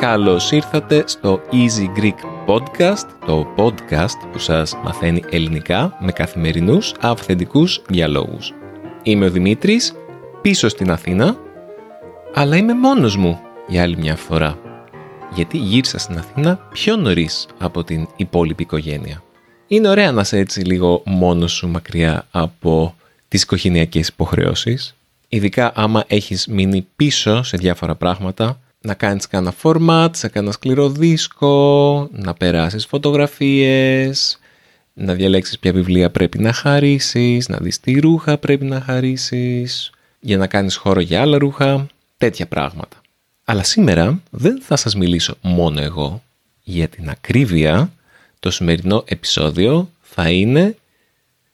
Καλώς ήρθατε στο Easy Greek Podcast, το podcast που σας μαθαίνει ελληνικά με καθημερινούς αυθεντικούς διαλόγους. Είμαι ο Δημήτρης, πίσω στην Αθήνα, αλλά είμαι μόνος μου για άλλη μια φορά. Γιατί γύρισα στην Αθήνα πιο νωρίς από την υπόλοιπη οικογένεια. Είναι ωραία να είσαι έτσι λίγο μόνος σου μακριά από τις οικογενειακές υποχρεώσεις. Ειδικά άμα έχεις μείνει πίσω σε διάφορα πράγματα, να κάνεις κάνα format, σε κάνα σκληρό δίσκο, να περάσεις φωτογραφίες, να διαλέξεις ποια βιβλία πρέπει να χαρίσεις, να δεις τι ρούχα πρέπει να χαρίσεις, για να κάνεις χώρο για άλλα ρούχα, τέτοια πράγματα. Αλλά σήμερα δεν θα σας μιλήσω μόνο εγώ. Για την ακρίβεια, το σημερινό επεισόδιο θα είναι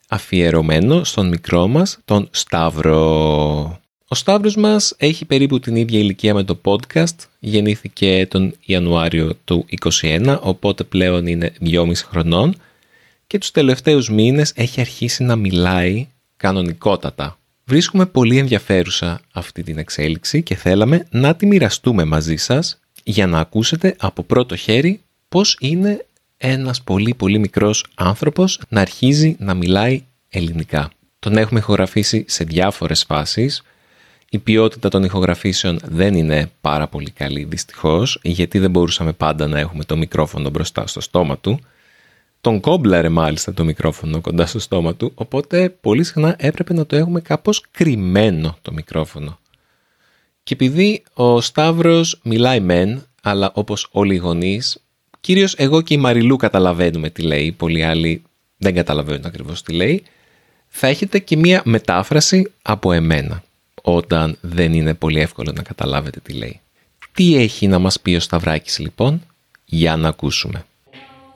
αφιερωμένο στον μικρό μας, τον Σταύρο. Ο Σταύρος μας έχει περίπου την ίδια ηλικία με το podcast. Γεννήθηκε τον Ιανουάριο του 21, οπότε πλέον είναι 2,5 χρονών. Και τους τελευταίους μήνες έχει αρχίσει να μιλάει κανονικότατα. Βρίσκουμε πολύ ενδιαφέρουσα αυτή την εξέλιξη και θέλαμε να τη μοιραστούμε μαζί σας για να ακούσετε από πρώτο χέρι πώς είναι ένας πολύ πολύ μικρός άνθρωπος να αρχίζει να μιλάει ελληνικά. Τον έχουμε ηχογραφήσει σε διάφορες φάσεις, η ποιότητα των ηχογραφήσεων δεν είναι πάρα πολύ καλή δυστυχώς, γιατί δεν μπορούσαμε πάντα να έχουμε το μικρόφωνο μπροστά στο στόμα του. Τον κόμπλαρε μάλιστα το μικρόφωνο κοντά στο στόμα του, οπότε πολύ συχνά έπρεπε να το έχουμε κάπως κρυμμένο το μικρόφωνο. Και επειδή ο Σταύρος μιλάει μεν, αλλά όπως όλοι οι γονείς, κυρίως εγώ και η Μαριλού καταλαβαίνουμε τι λέει, πολλοί άλλοι δεν καταλαβαίνουν ακριβώς τι λέει, θα έχετε και μία μετάφραση από εμένα όταν δεν είναι πολύ εύκολο να καταλάβετε τι λέει. Τι έχει να μας πει ο Σταυράκης λοιπόν, για να ακούσουμε.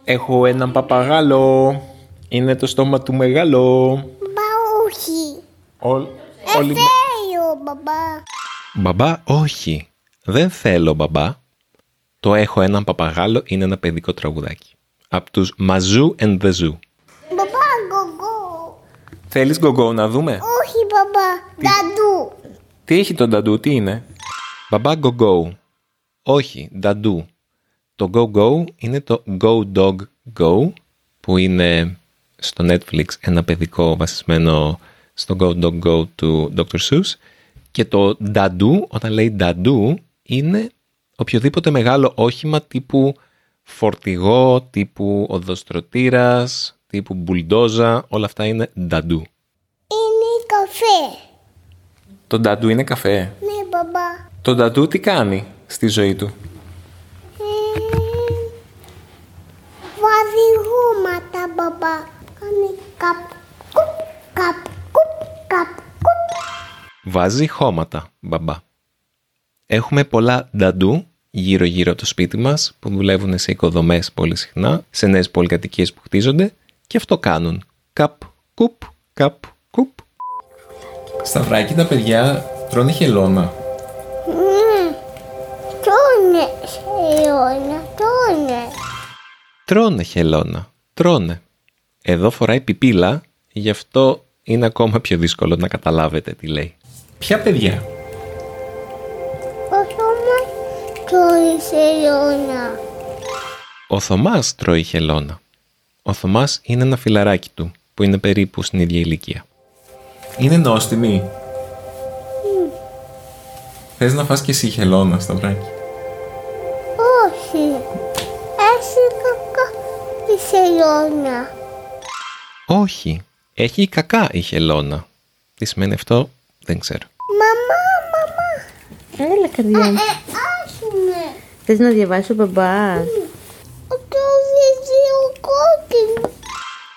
Έχω έναν παπαγάλο. Είναι το στόμα του μεγάλο. Μπα όχι. Ό, Ε, όλοι... θέλω, μπαμπά. Μπαμπά, όχι. Δεν θέλω μπαμπά. Το έχω έναν παπαγάλο είναι ένα παιδικό τραγουδάκι. Από τους Μαζού and the Zoo. Μπαμπά, γκογκό. Θέλεις γκογκό να δούμε. Όχι, μπαμπά. Δαντού. Τι έχει τον ταντού, τι είναι. Μπαμπά go go. Όχι, νταντού. Το go go είναι το go dog go που είναι στο Netflix ένα παιδικό βασισμένο στο go dog go του Dr. Seuss και το νταντού όταν λέει νταντού είναι οποιοδήποτε μεγάλο όχημα τύπου φορτηγό, τύπου οδοστρωτήρας, τύπου μπουλντόζα, όλα αυτά είναι νταντού. Είναι καφέ. Το ταντού είναι καφέ. Ναι, μπαμπά. Το ταντού τι κάνει στη ζωή του. Ε, βάζει γόματα, μπαμπά. Κάνει καπ, κουπ, καπ, κουπ, καπ, κουπ. Βάζει χώματα, μπαμπά. Έχουμε πολλά νταντού γύρω-γύρω από το σπίτι μας που δουλεύουν σε οικοδομές πολύ συχνά, σε νέες πολυκατοικίες που χτίζονται και αυτό κάνουν. Καπ, κουπ, καπ, κουπ. Σταυράκι, τα παιδιά τρώνε χελώνα. Μμμ. Τρώνε, Σεώνα, τρώνε. Τρώνε χελώνα. Τρώνε. Εδώ φοράει πιπίλα, γι' αυτό είναι ακόμα πιο δύσκολο να καταλάβετε τι λέει. Ποια παιδιά. Ο Θωμάς τρώει Σεώνα. Ο Θωμάς τρώει χελώνα. Ο Θωμάς είναι ένα φιλαράκι του που είναι περίπου στην ίδια ηλικία. Είναι νόστιμη. Θες να φας και εσύ χελώνα, Σταυράκι. Όχι. Έσυγα τη σελώνα. Όχι. Έχει κακά η χελώνα. Τι σημαίνει αυτό, δεν ξέρω. Μαμά, μαμά. Έλα, καρδιά. μου. Ε, άσε με. Θες να διαβάσει ο μπαμπάς. Το βιβλίο κόκκινο.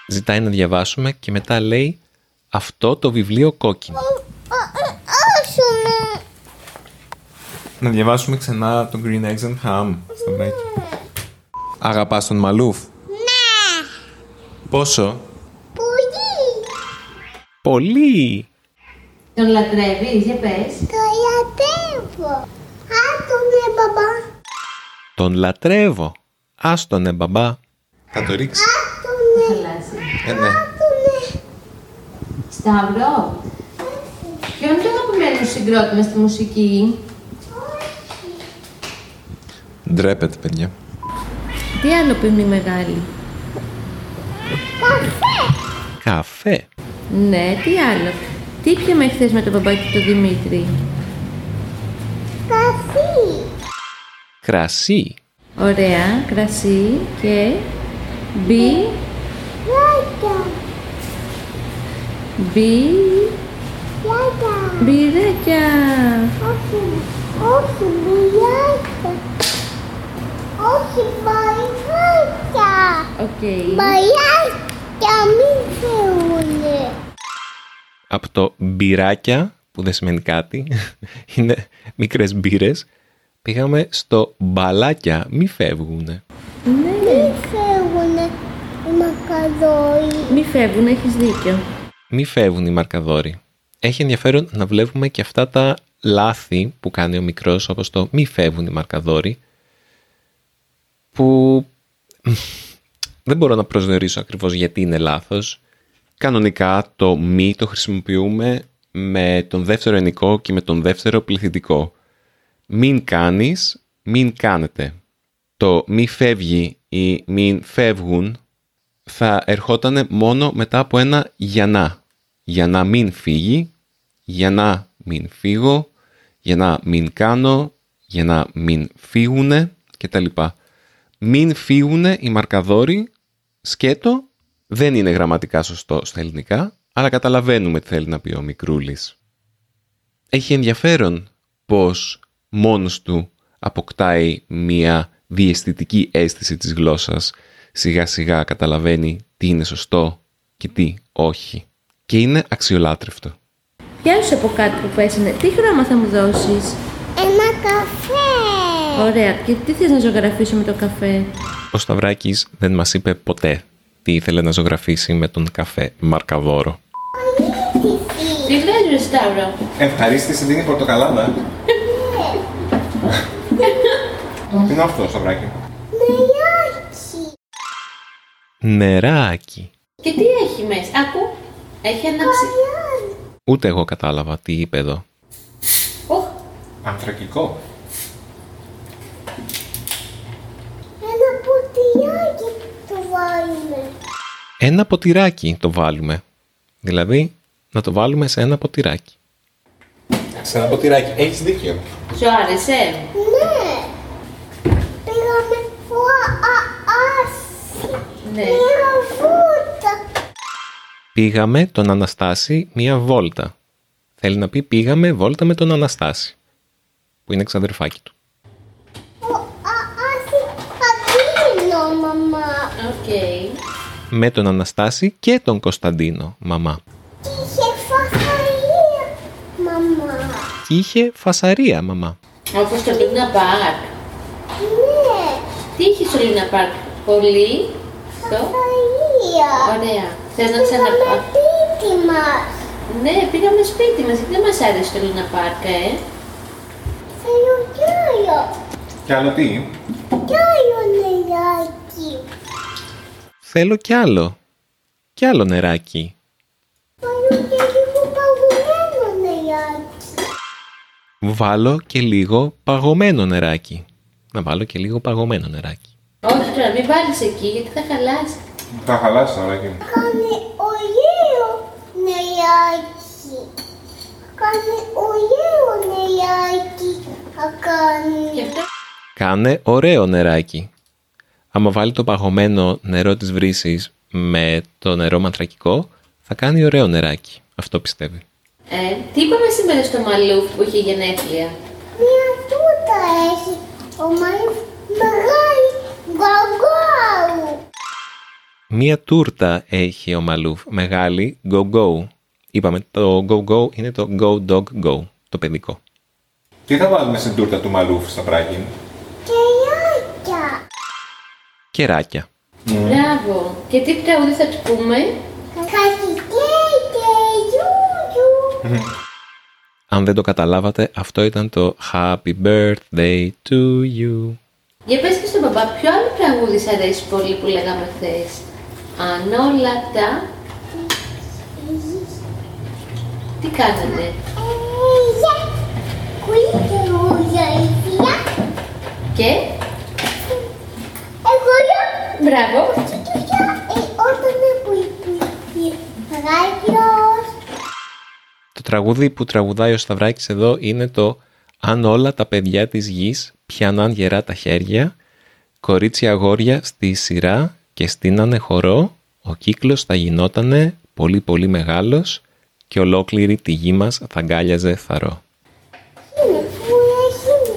Ζητάει να διαβάσουμε και μετά λέει αυτό το βιβλίο κόκκινο. Ε, άσε με. Να διαβάσουμε ξανά τον Green Eggs and Ham, Σταυράκι. Αγαπάς τον Μαλούφ. Ναι. Πόσο. Πολύ. Πολύ! Τον λατρεύεις, για πες. é Το λατρεύω. Αν τον ναι, μπαμπά. Τον λατρεύω. Άστονε μπαμπά. Θα το ρίξεις. Άστο ναι, Ε, ναι. άστο ναι. Σταύρο, ποιο είναι το αγαπημένο σου συγκρότημα στη μουσική. Ντρέπεται, παιδιά. Τι άλλο πίνει η μεγάλη. Καφέ. Ναι, τι άλλο. Τι πιαμε χθες με τον μπαμπά και τον Δημήτρη. Tá Καφί. Κρασί. Ωραία, κρασί και μπι, Γιάγια. μπι, Γιάγια. μπιρέκια. Όχι, όχι, γιάγια. Όχι, μπαϊγάκια. Οκ. Μπαϊγάκια, μην θεούνε. Από το μπυράκια, που δεν σημαίνει κάτι, είναι μικρές μπύρες, πήγαμε στο μπαλάκια, μη φεύγουνε. Ναι, Μην θεούνε οι μακαδόοι. μη φεύγουν, έχεις δίκιο. Μη φεύγουν οι μαρκαδόροι. Έχει ενδιαφέρον να βλέπουμε και αυτά τα λάθη που κάνει ο μικρός, όπως το μη φεύγουν οι μαρκαδόροι, που δεν μπορώ να προσδιορίσω ακριβώς γιατί είναι λάθος. Κανονικά το μη το χρησιμοποιούμε με τον δεύτερο ενικό και με τον δεύτερο πληθυντικό. Μην κάνεις, μην κάνετε. Το μη φεύγει ή μην φεύγουν θα ερχόταν μόνο μετά από ένα για να. Για να μην φύγει, για να μην φύγω, για να μην κάνω, για να μην φύγουνε κτλ. Μην φύγουνε οι μαρκαδόροι, σκέτο, δεν είναι γραμματικά σωστό στα ελληνικά, αλλά καταλαβαίνουμε τι θέλει να πει ο Μικρούλης. Έχει ενδιαφέρον πως μόνος του αποκτάει μία διαισθητική αίσθηση της γλώσσας. Σιγά σιγά καταλαβαίνει τι είναι σωστό και τι όχι. Και είναι αξιολάτρευτο. Γεια σου από κάτι που πέσανε. Τι χρώμα θα μου δώσεις. Ένα καφέ. Ωραία. Και τι θες να ζωγραφίσω με το καφέ. Ο Σταυράκης δεν μας είπε ποτέ τι ήθελε να ζωγραφίσει με τον καφέ Μαρκαδόρο. Τι βγάζεις, Σταύρο. Ευχαρίστηση δίνει πορτοκαλάδα. Τι είναι αυτό, Σαβράκι. Μελιάκι. Νεράκι. Και τι έχει μέσα. Ακού. Έχει ένα ψυ... Ούτε εγώ κατάλαβα τι είπε εδώ. Οχ. Ανθρακικό. Ένα ποτηλιάκι το βάλουμε. Ένα ποτηράκι το βάλουμε. Δηλαδή, να το βάλουμε σε ένα ποτηράκι. Σε ένα ποτηράκι. Έχεις δίκιο. Σου άρεσε. Ναι. Πήγαμε φουά α, άση. Ναι. Μια βούτα. Πήγαμε τον Αναστάση μία βόλτα. Θέλει να πει πήγαμε βόλτα με τον Αναστάση, που είναι ξαδερφάκι του. Φουά α, άση. Πατίνο, μαμά. Οκ. Με τον Αναστάση και τον Κωνσταντίνο, μαμά. Και είχε φαχαρία, μαμά. Και είχε φασαρία, μαμά. Όπως το Λίνα Πάρκ. Ναι. Τι είχε στο Λίνα Πάρκ. Πολύ. Então, Το. Φαχαρία. Ωραία. Θες να Πήγαμε ξαναπάω. πίτι μας. Ναι, πήγαμε σπίτι μας. Δεν μας άρεσε το Λίνα Πάρκ, ε. Θέλω κι άλλο. Και άλλο τι. Κι άλλο νεράκι. Θέλω κι άλλο. Κι άλλο νεράκι. Θέλω και λίγο παγωμένο νεράκι. Βάλω και λίγο παγωμένο νεράκι. Να βάλω και λίγο παγωμένο νεράκι. Όχι τώρα, μην βάλεις εκεί γιατί θα χαλάσει. Θα χαλάσει τώρα εκεί. Κάνει ωραίο νεράκι. Κάνει ωραίο νεράκι. Θα Γι' κάνει. αυτό Κάνε ωραίο νεράκι. Άμα βάλει το παγωμένο νερό της βρύσης με το νερό μαντρακικό, θα κάνει ωραίο νεράκι. Αυτό πιστεύει. ε, τι είπαμε σήμερα στο Μαλούφ που είχε γενέθλια. Μια τούτα έχει. Ο Μαρίφ μεγάλη γκαγκάου. Μία τούρτα έχει ο Μαλούφ, μεγάλη, go go. Είπαμε, το go go είναι το go dog go, το παιδικό. Τι θα βάλουμε στην τούρτα του μαλούφ, Σαβράκι. Κεράκια. Κεράκια. Μπράβο. Και τι τραγούδι θα τους πούμε. Καχικέ και γιούγιου. Αν δεν το καταλάβατε, αυτό ήταν το Happy Birthday to you. Για πες και στον μπαμπά, ποιο άλλο τραγούδι σ' αρέσει πολύ που λέγαμε χθες. Αν όλα τα... Τι κάνανε. Ella, cuida ella y tía. Και... Εγώ λέω, Μπράβο. κοιτούσα, ε, όταν με κουιτούει. Ράγιος. Το τραγούδι που τραγουδάει ο Σταυράκης εδώ είναι το «Αν όλα τα παιδιά της γης πιάναν γερά τα χέρια, κορίτσια αγόρια στη σειρά και στείνανε χορό, ο κύκλος θα γινότανε πολύ πολύ μεγάλος και ολόκληρη τη γη μας θα αγκάλιαζε θαρό». Είναι που έχει,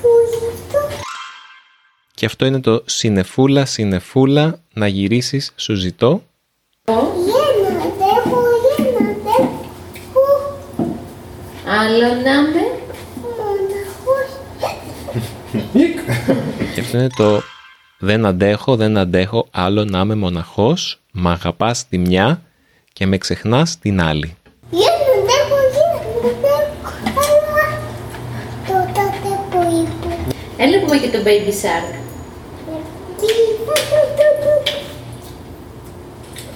που έχει σου Και αυτό είναι το «Συνεφούλα, συνεφούλα, να γυρίσεις σου ζητώ». Γίνεται, που γίνεται, που Άλλο να με. μοναχός. Και αυτό είναι το «Δεν αντέχω, δεν αντέχω άλλο να είμαι μοναχός, μ' αγαπάς τη μια και με ξεχνάς την άλλη». Γίνεται, που γίνεται, αλλά το τότε που είπε. Έλα πούμε και το Baby Shark.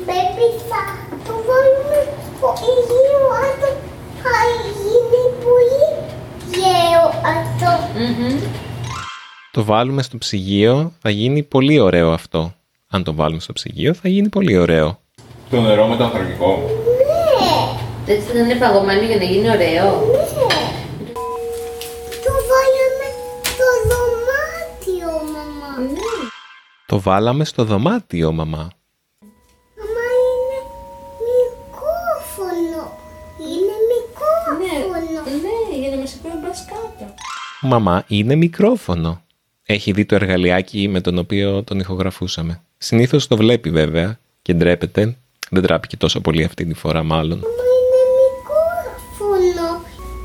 Baby, θα το βάλουμε στο υγείο όταν θα γίνει πολύ γέο αυτό. Μμμ. το βάλουμε στο ψυγείο, θα γίνει πολύ ωραίο αυτό. Αν το βάλουμε στο ψυγείο, θα γίνει πολύ ωραίο. Το νερό μεταθρακικό. Δεν θα είναι παγωμένο για να γίνει ωραίο. Το βάλαμε στο δωμάτιο, μαμά. Το βάλαμε στο δωμάτιο, μαμά. Μαμά είναι μικρόφωνο. Είναι μικρόφωνο. Ναι, για να μας ακούει μπας κάτω. Μαμά είναι μικρόφωνο. Έχει δει το εργαλειάκι με τον οποίο τον ηχογραφούσαμε. Συνήθως το βλέπει βέβαια και ντρέπεται. Δεν τράπηκε τόσο πολύ αυτή τη φορά μάλλον. Μα είναι μικρόφωνο.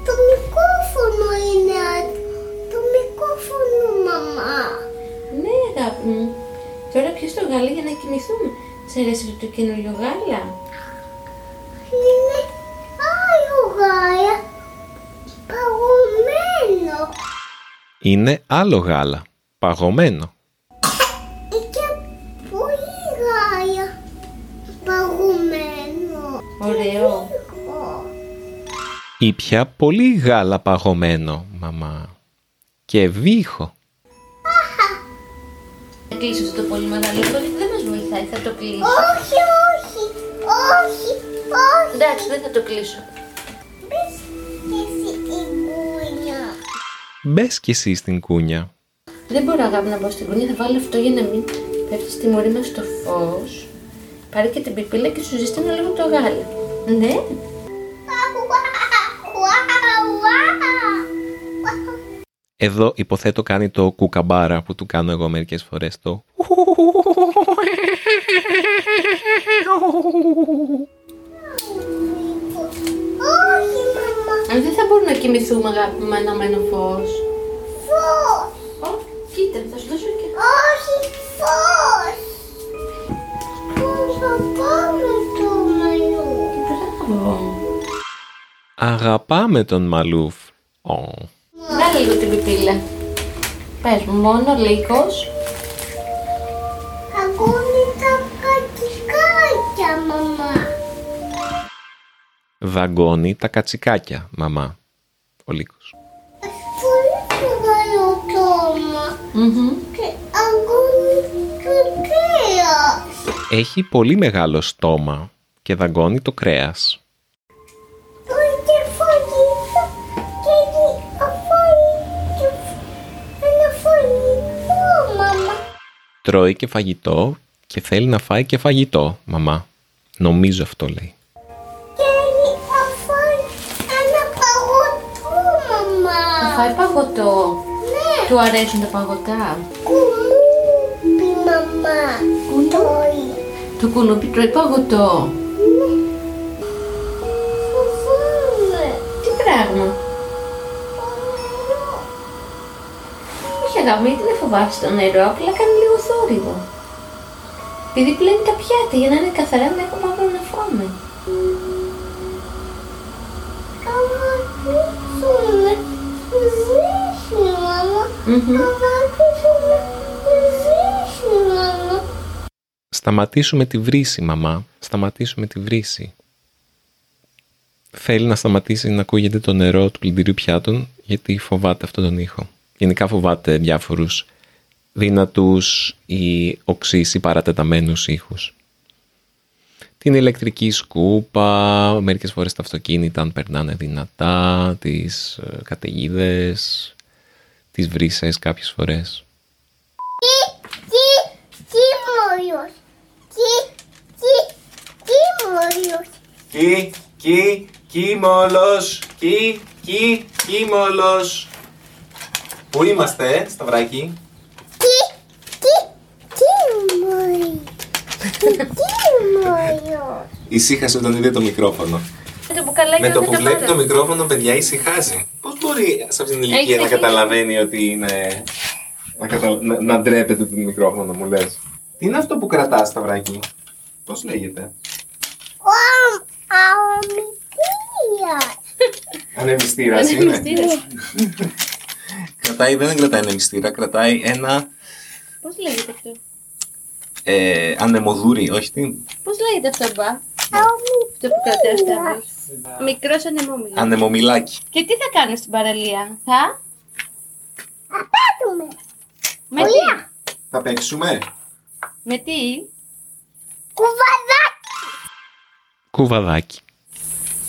Το μικρόφωνο είναι α- το μικρόφωνο, μαμά. Ναι, αγάπη μου. Τώρα ποιος το γάλα για να κοιμηθούμε. Σ' αρέσει το καινούριο γάλα. Είναι άλλο γάια. Παγωμένο. Είναι άλλο γάλα. Παγωμένο. Ε, Και πολύ γάια. Παγωμένο. Ωραίο. Ω. Ή πια πολύ γάλα παγωμένο, μαμά. Και βήχο. Θα κλείσω αυτό το πολύ μεγάλο γιατί δεν μας βοηθάει. Θα το κλείσω. Όχι, όχι, όχι, όχι. Εντάξει, δεν θα το κλείσω. Μπες εσύ η κούνια. Μπε κι εσύ στην κούνια. Δεν μπορώ αγάπη να μπω στην κούνια. Θα βάλω αυτό για να μην πέφτει στη μωρή μας στο φως. Πάρε και την πιπίλα και σου ζεσταίνω λίγο το γάλα. Ναι. Εδώ υποθέτω κάνει το κουκαμπάρα που του κάνω εγώ μερικές φορές το Όχι, μαμά, Αν δεν θα μπορούμε να κοιμηθούμε αγάπη με αναμένο φως. φως. Ω, κοίτα, θα σου δώσω και... Όχι, φως. Πού θα πάμε το μαλλιού. Μπράβο. «Αγαπάμε τον Μαλούφ». Ω. Βάλε λίγο την πιπίλα. Πες μου, μόνο λίγος. Ακούνε τα κατσικάκια, μαμά. Δαγκώνει τα κατσικάκια, μαμά. Ο Λύκος. Πολύ μεγάλο τόμα Μμμ. και ακούνε το κρέας. Έχει πολύ μεγάλο στόμα και δαγκώνει το κρέας. Το κεφαλίδι και η αφαλίδι. Ένα φαγητό, μαμά. Τρώει και φαγητό και θέλει να φάει και φαγητό, μαμά. Νομίζω αυτό λέει. Και η αφαλίδι. Ένα παγωτό, Θα μαμά. φάει παγωτό. Ναι, Του αρέσουν τα παγωτά. κουμούπι, μαμά. Κουτόι. Το κουνούπι τρώει παγωτό. Φοβάμαι. Τι πράγμα. Όχι αγάπη, γιατί δεν φοβάσαι το νερό, απλά κάνει λίγο θόρυβο. Επειδή πλένει τα πιάτα για να είναι καθαρά να έχουμε αύριο να φάμε. Σταματήσουμε τη βρύση, μαμά. Σταματήσουμε τη βρύση. Θέλει να σταματήσει να ακούγεται το νερό του πλυντηρίου πιάτων, γιατί φοβάται αυτόν τον ήχο. Γενικά φοβάται διάφορους δυνατούς ή οξύς ή παρατεταμένους ήχους. Την ηλεκτρική σκούπα, μερικές φορές τα αυτοκίνητα αν περνάνε δυνατά, τις καταιγίδες, τις βρύσες κάποιες φορές. Κι, κι μωριος. Κι, κι, κι μωριος. Κι, κι, κύμολος, κι, κι, κύμολος. Πού είμαστε, Σταυράκι? Κι, κι, κι μωριος. Κι μωριος. Ησύχασε όταν είδε το μικρόφωνο. Το μπουκαλάκι Με το δεν που βλέπει το μικρόφωνο, παιδιά, ησυχάζει. Πώς μπορεί σε αυτήν την ηλικία να ξεκινήσει. καταλαβαίνει ότι είναι. Να, κατα... να, να ντρέπεται το μικρόφωνο, μου λες. Τι είναι αυτό που κρατάς, Σταυράκι. Πώς λέγεται. Ωαμ, αομητήρια. Ανεμιστήρα είναι. Κρατάει, δεν κρατάει ανεμιστήρα, κρατάει ένα Πώς λέγεται αυτό. ε, ανεμοδούρι, όχι τι. Πώς λέγεται αυτό, μπα. Αυτό που κρατάει ο Σταύρος. Μικρό ανεμόμυλο. Ανεμομιλάκι. Και τι θα κάνεις στην παραλία, θα. Απάτουμε. Με τι. Θα παίξουμε. Με τι. Κουβαδάκι. Κουβαδάκι.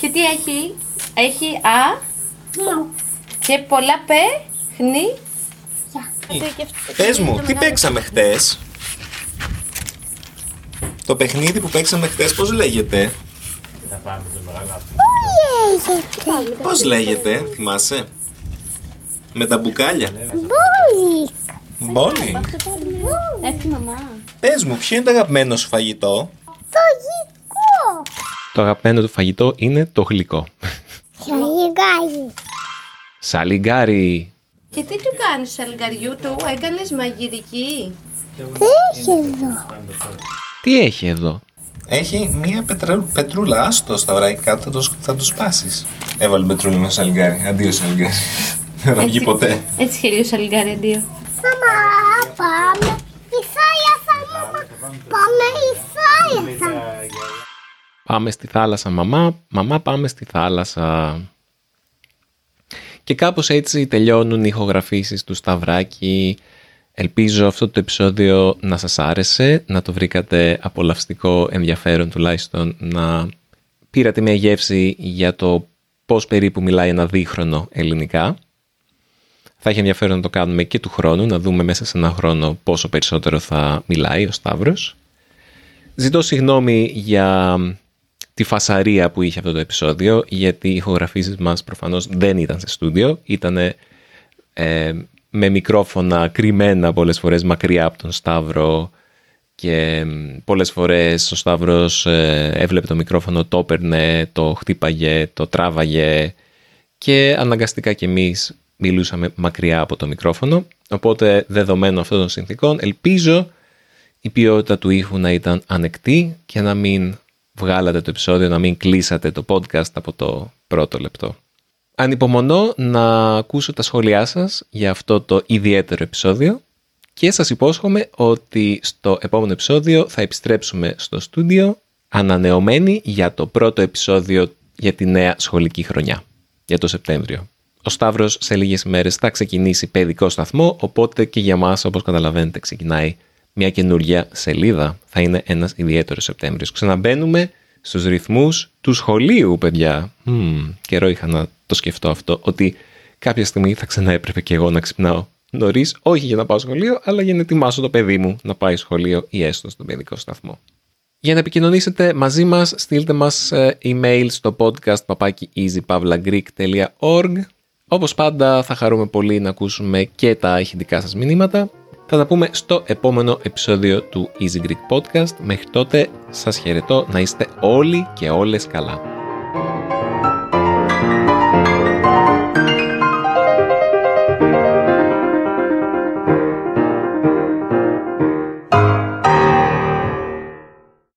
Και τι έχει. Έχει α. Και πολλά πε. Χνη. Πες μου, τι παίξαμε χτες. Το παιχνίδι που παίξαμε χτες, πώς λέγεται. é Λέγεται. Πώς λέγεται, θυμάσαι. Με τα μπουκάλια. Ναι. Μπούλικ. Μπόλι. Έχει μαμά. Πες μου, ποιο είναι το αγαπημένο σου φαγητό. Το γικό. Το αγαπημένο του φαγητό είναι το γλυκό. é Σαλιγάκι. Σαλιγκάρι. Και τι του κάνεις, σαλγκαριού του, έκανες μαγειρική. Τι είχε εδώ. Τι έχει εδώ. Έχει μία πετρα- πετρούλα. Άστο στα βραϊκά, θα το, σ- θα το σπάσεις. Έβαλε πετρούλα με σαλιγκάρι. Αντίο σαλιγκάρι. Δεν θα βγει ποτέ. Έτσι χειρίου σαλγκάρι αντίο. Μαμά, πάμε. Η Θάλια θα μαμά. Πάμε η Θάλια θα Πάμε στη θάλασσα, μαμά. Μαμά, πάμε στη θάλασσα. Και κάπως έτσι τελειώνουν οι ηχογραφήσεις του Σταυράκη. Ελπίζω αυτό το επεισόδιο να σας άρεσε, να το βρήκατε απολαυστικό ενδιαφέρον τουλάχιστον, να πήρατε μια γεύση για το πώς περίπου μιλάει ένα δίχρονο ελληνικά. Θα έχει ενδιαφέρον να το κάνουμε και του χρόνου, να δούμε μέσα σε ένα χρόνο πόσο περισσότερο θα μιλάει ο Σταύρος. Ζητώ συγγνώμη για τη φασαρία που είχε αυτό το επεισόδιο, γιατί οι ηχογραφήσεις μας προφανώς δεν ήταν σε στούντιο, ήταν με μικρόφωνα κρυμμένα πολλές φορές μακριά από τον Σταύρο και μ, πολλές φορές ο Σταύρος ε, έβλεπε το μικρόφωνο, το έπαιρνε, το χτύπαγε, το τράβαγε και αναγκαστικά κι εμείς μιλούσαμε μακριά από το μικρόφωνο. Οπότε, δεδομένου αυτών των συνθήκων, ελπίζω η ποιότητα του ήχου να ήταν ανεκτή και να μην βγάλατε το επεισόδιο, να μην κλείσατε το podcast από το πρώτο λεπτό. Ανυπομονώ να ακούσω τα σχόλιά σας για αυτό το ιδιαίτερο επεισόδιο και σας υπόσχομαι ότι στο επόμενο επεισόδιο θα επιστρέψουμε στο στούντιο ανανεωμένοι για το πρώτο επεισόδιο για τη νέα σχολική χρονιά, για το Σεπτέμβριο. Ο Σταύρος σε λίγες ημέρες θα ξεκινήσει παιδικό σταθμό, οπότε και για μας, όπως καταλαβαίνετε, ξεκινάει μια καινούργια σελίδα. Θα είναι ένας ιδιαίτερος Σεπτέμβριος. Ξαναμπαίνουμε στους ρυθμούς του σχολείου, παιδιά. Μμμ, καιρό είχα να το σκεφτώ αυτό, ότι κάποια στιγμή θα ξανά έπρεπε και εγώ να ξυπνάω νωρίς, όχι για να πάω σχολείο, αλλά για να ετοιμάσω το παιδί μου να πάει σχολείο ή έστω στον παιδικό σταθμό. Για να επικοινωνήσετε μαζί μας, στείλτε μας ε, email στο podcast papakieasypavlagreek.org Όπως πάντα θα χαρούμε πολύ να ακούσουμε και τα ηχητικά σας μηνύματα. Θα τα πούμε στο επόμενο επεισόδιο του Easy Greek Podcast. Μέχρι τότε σας χαιρετώ να είστε όλοι και όλες καλά.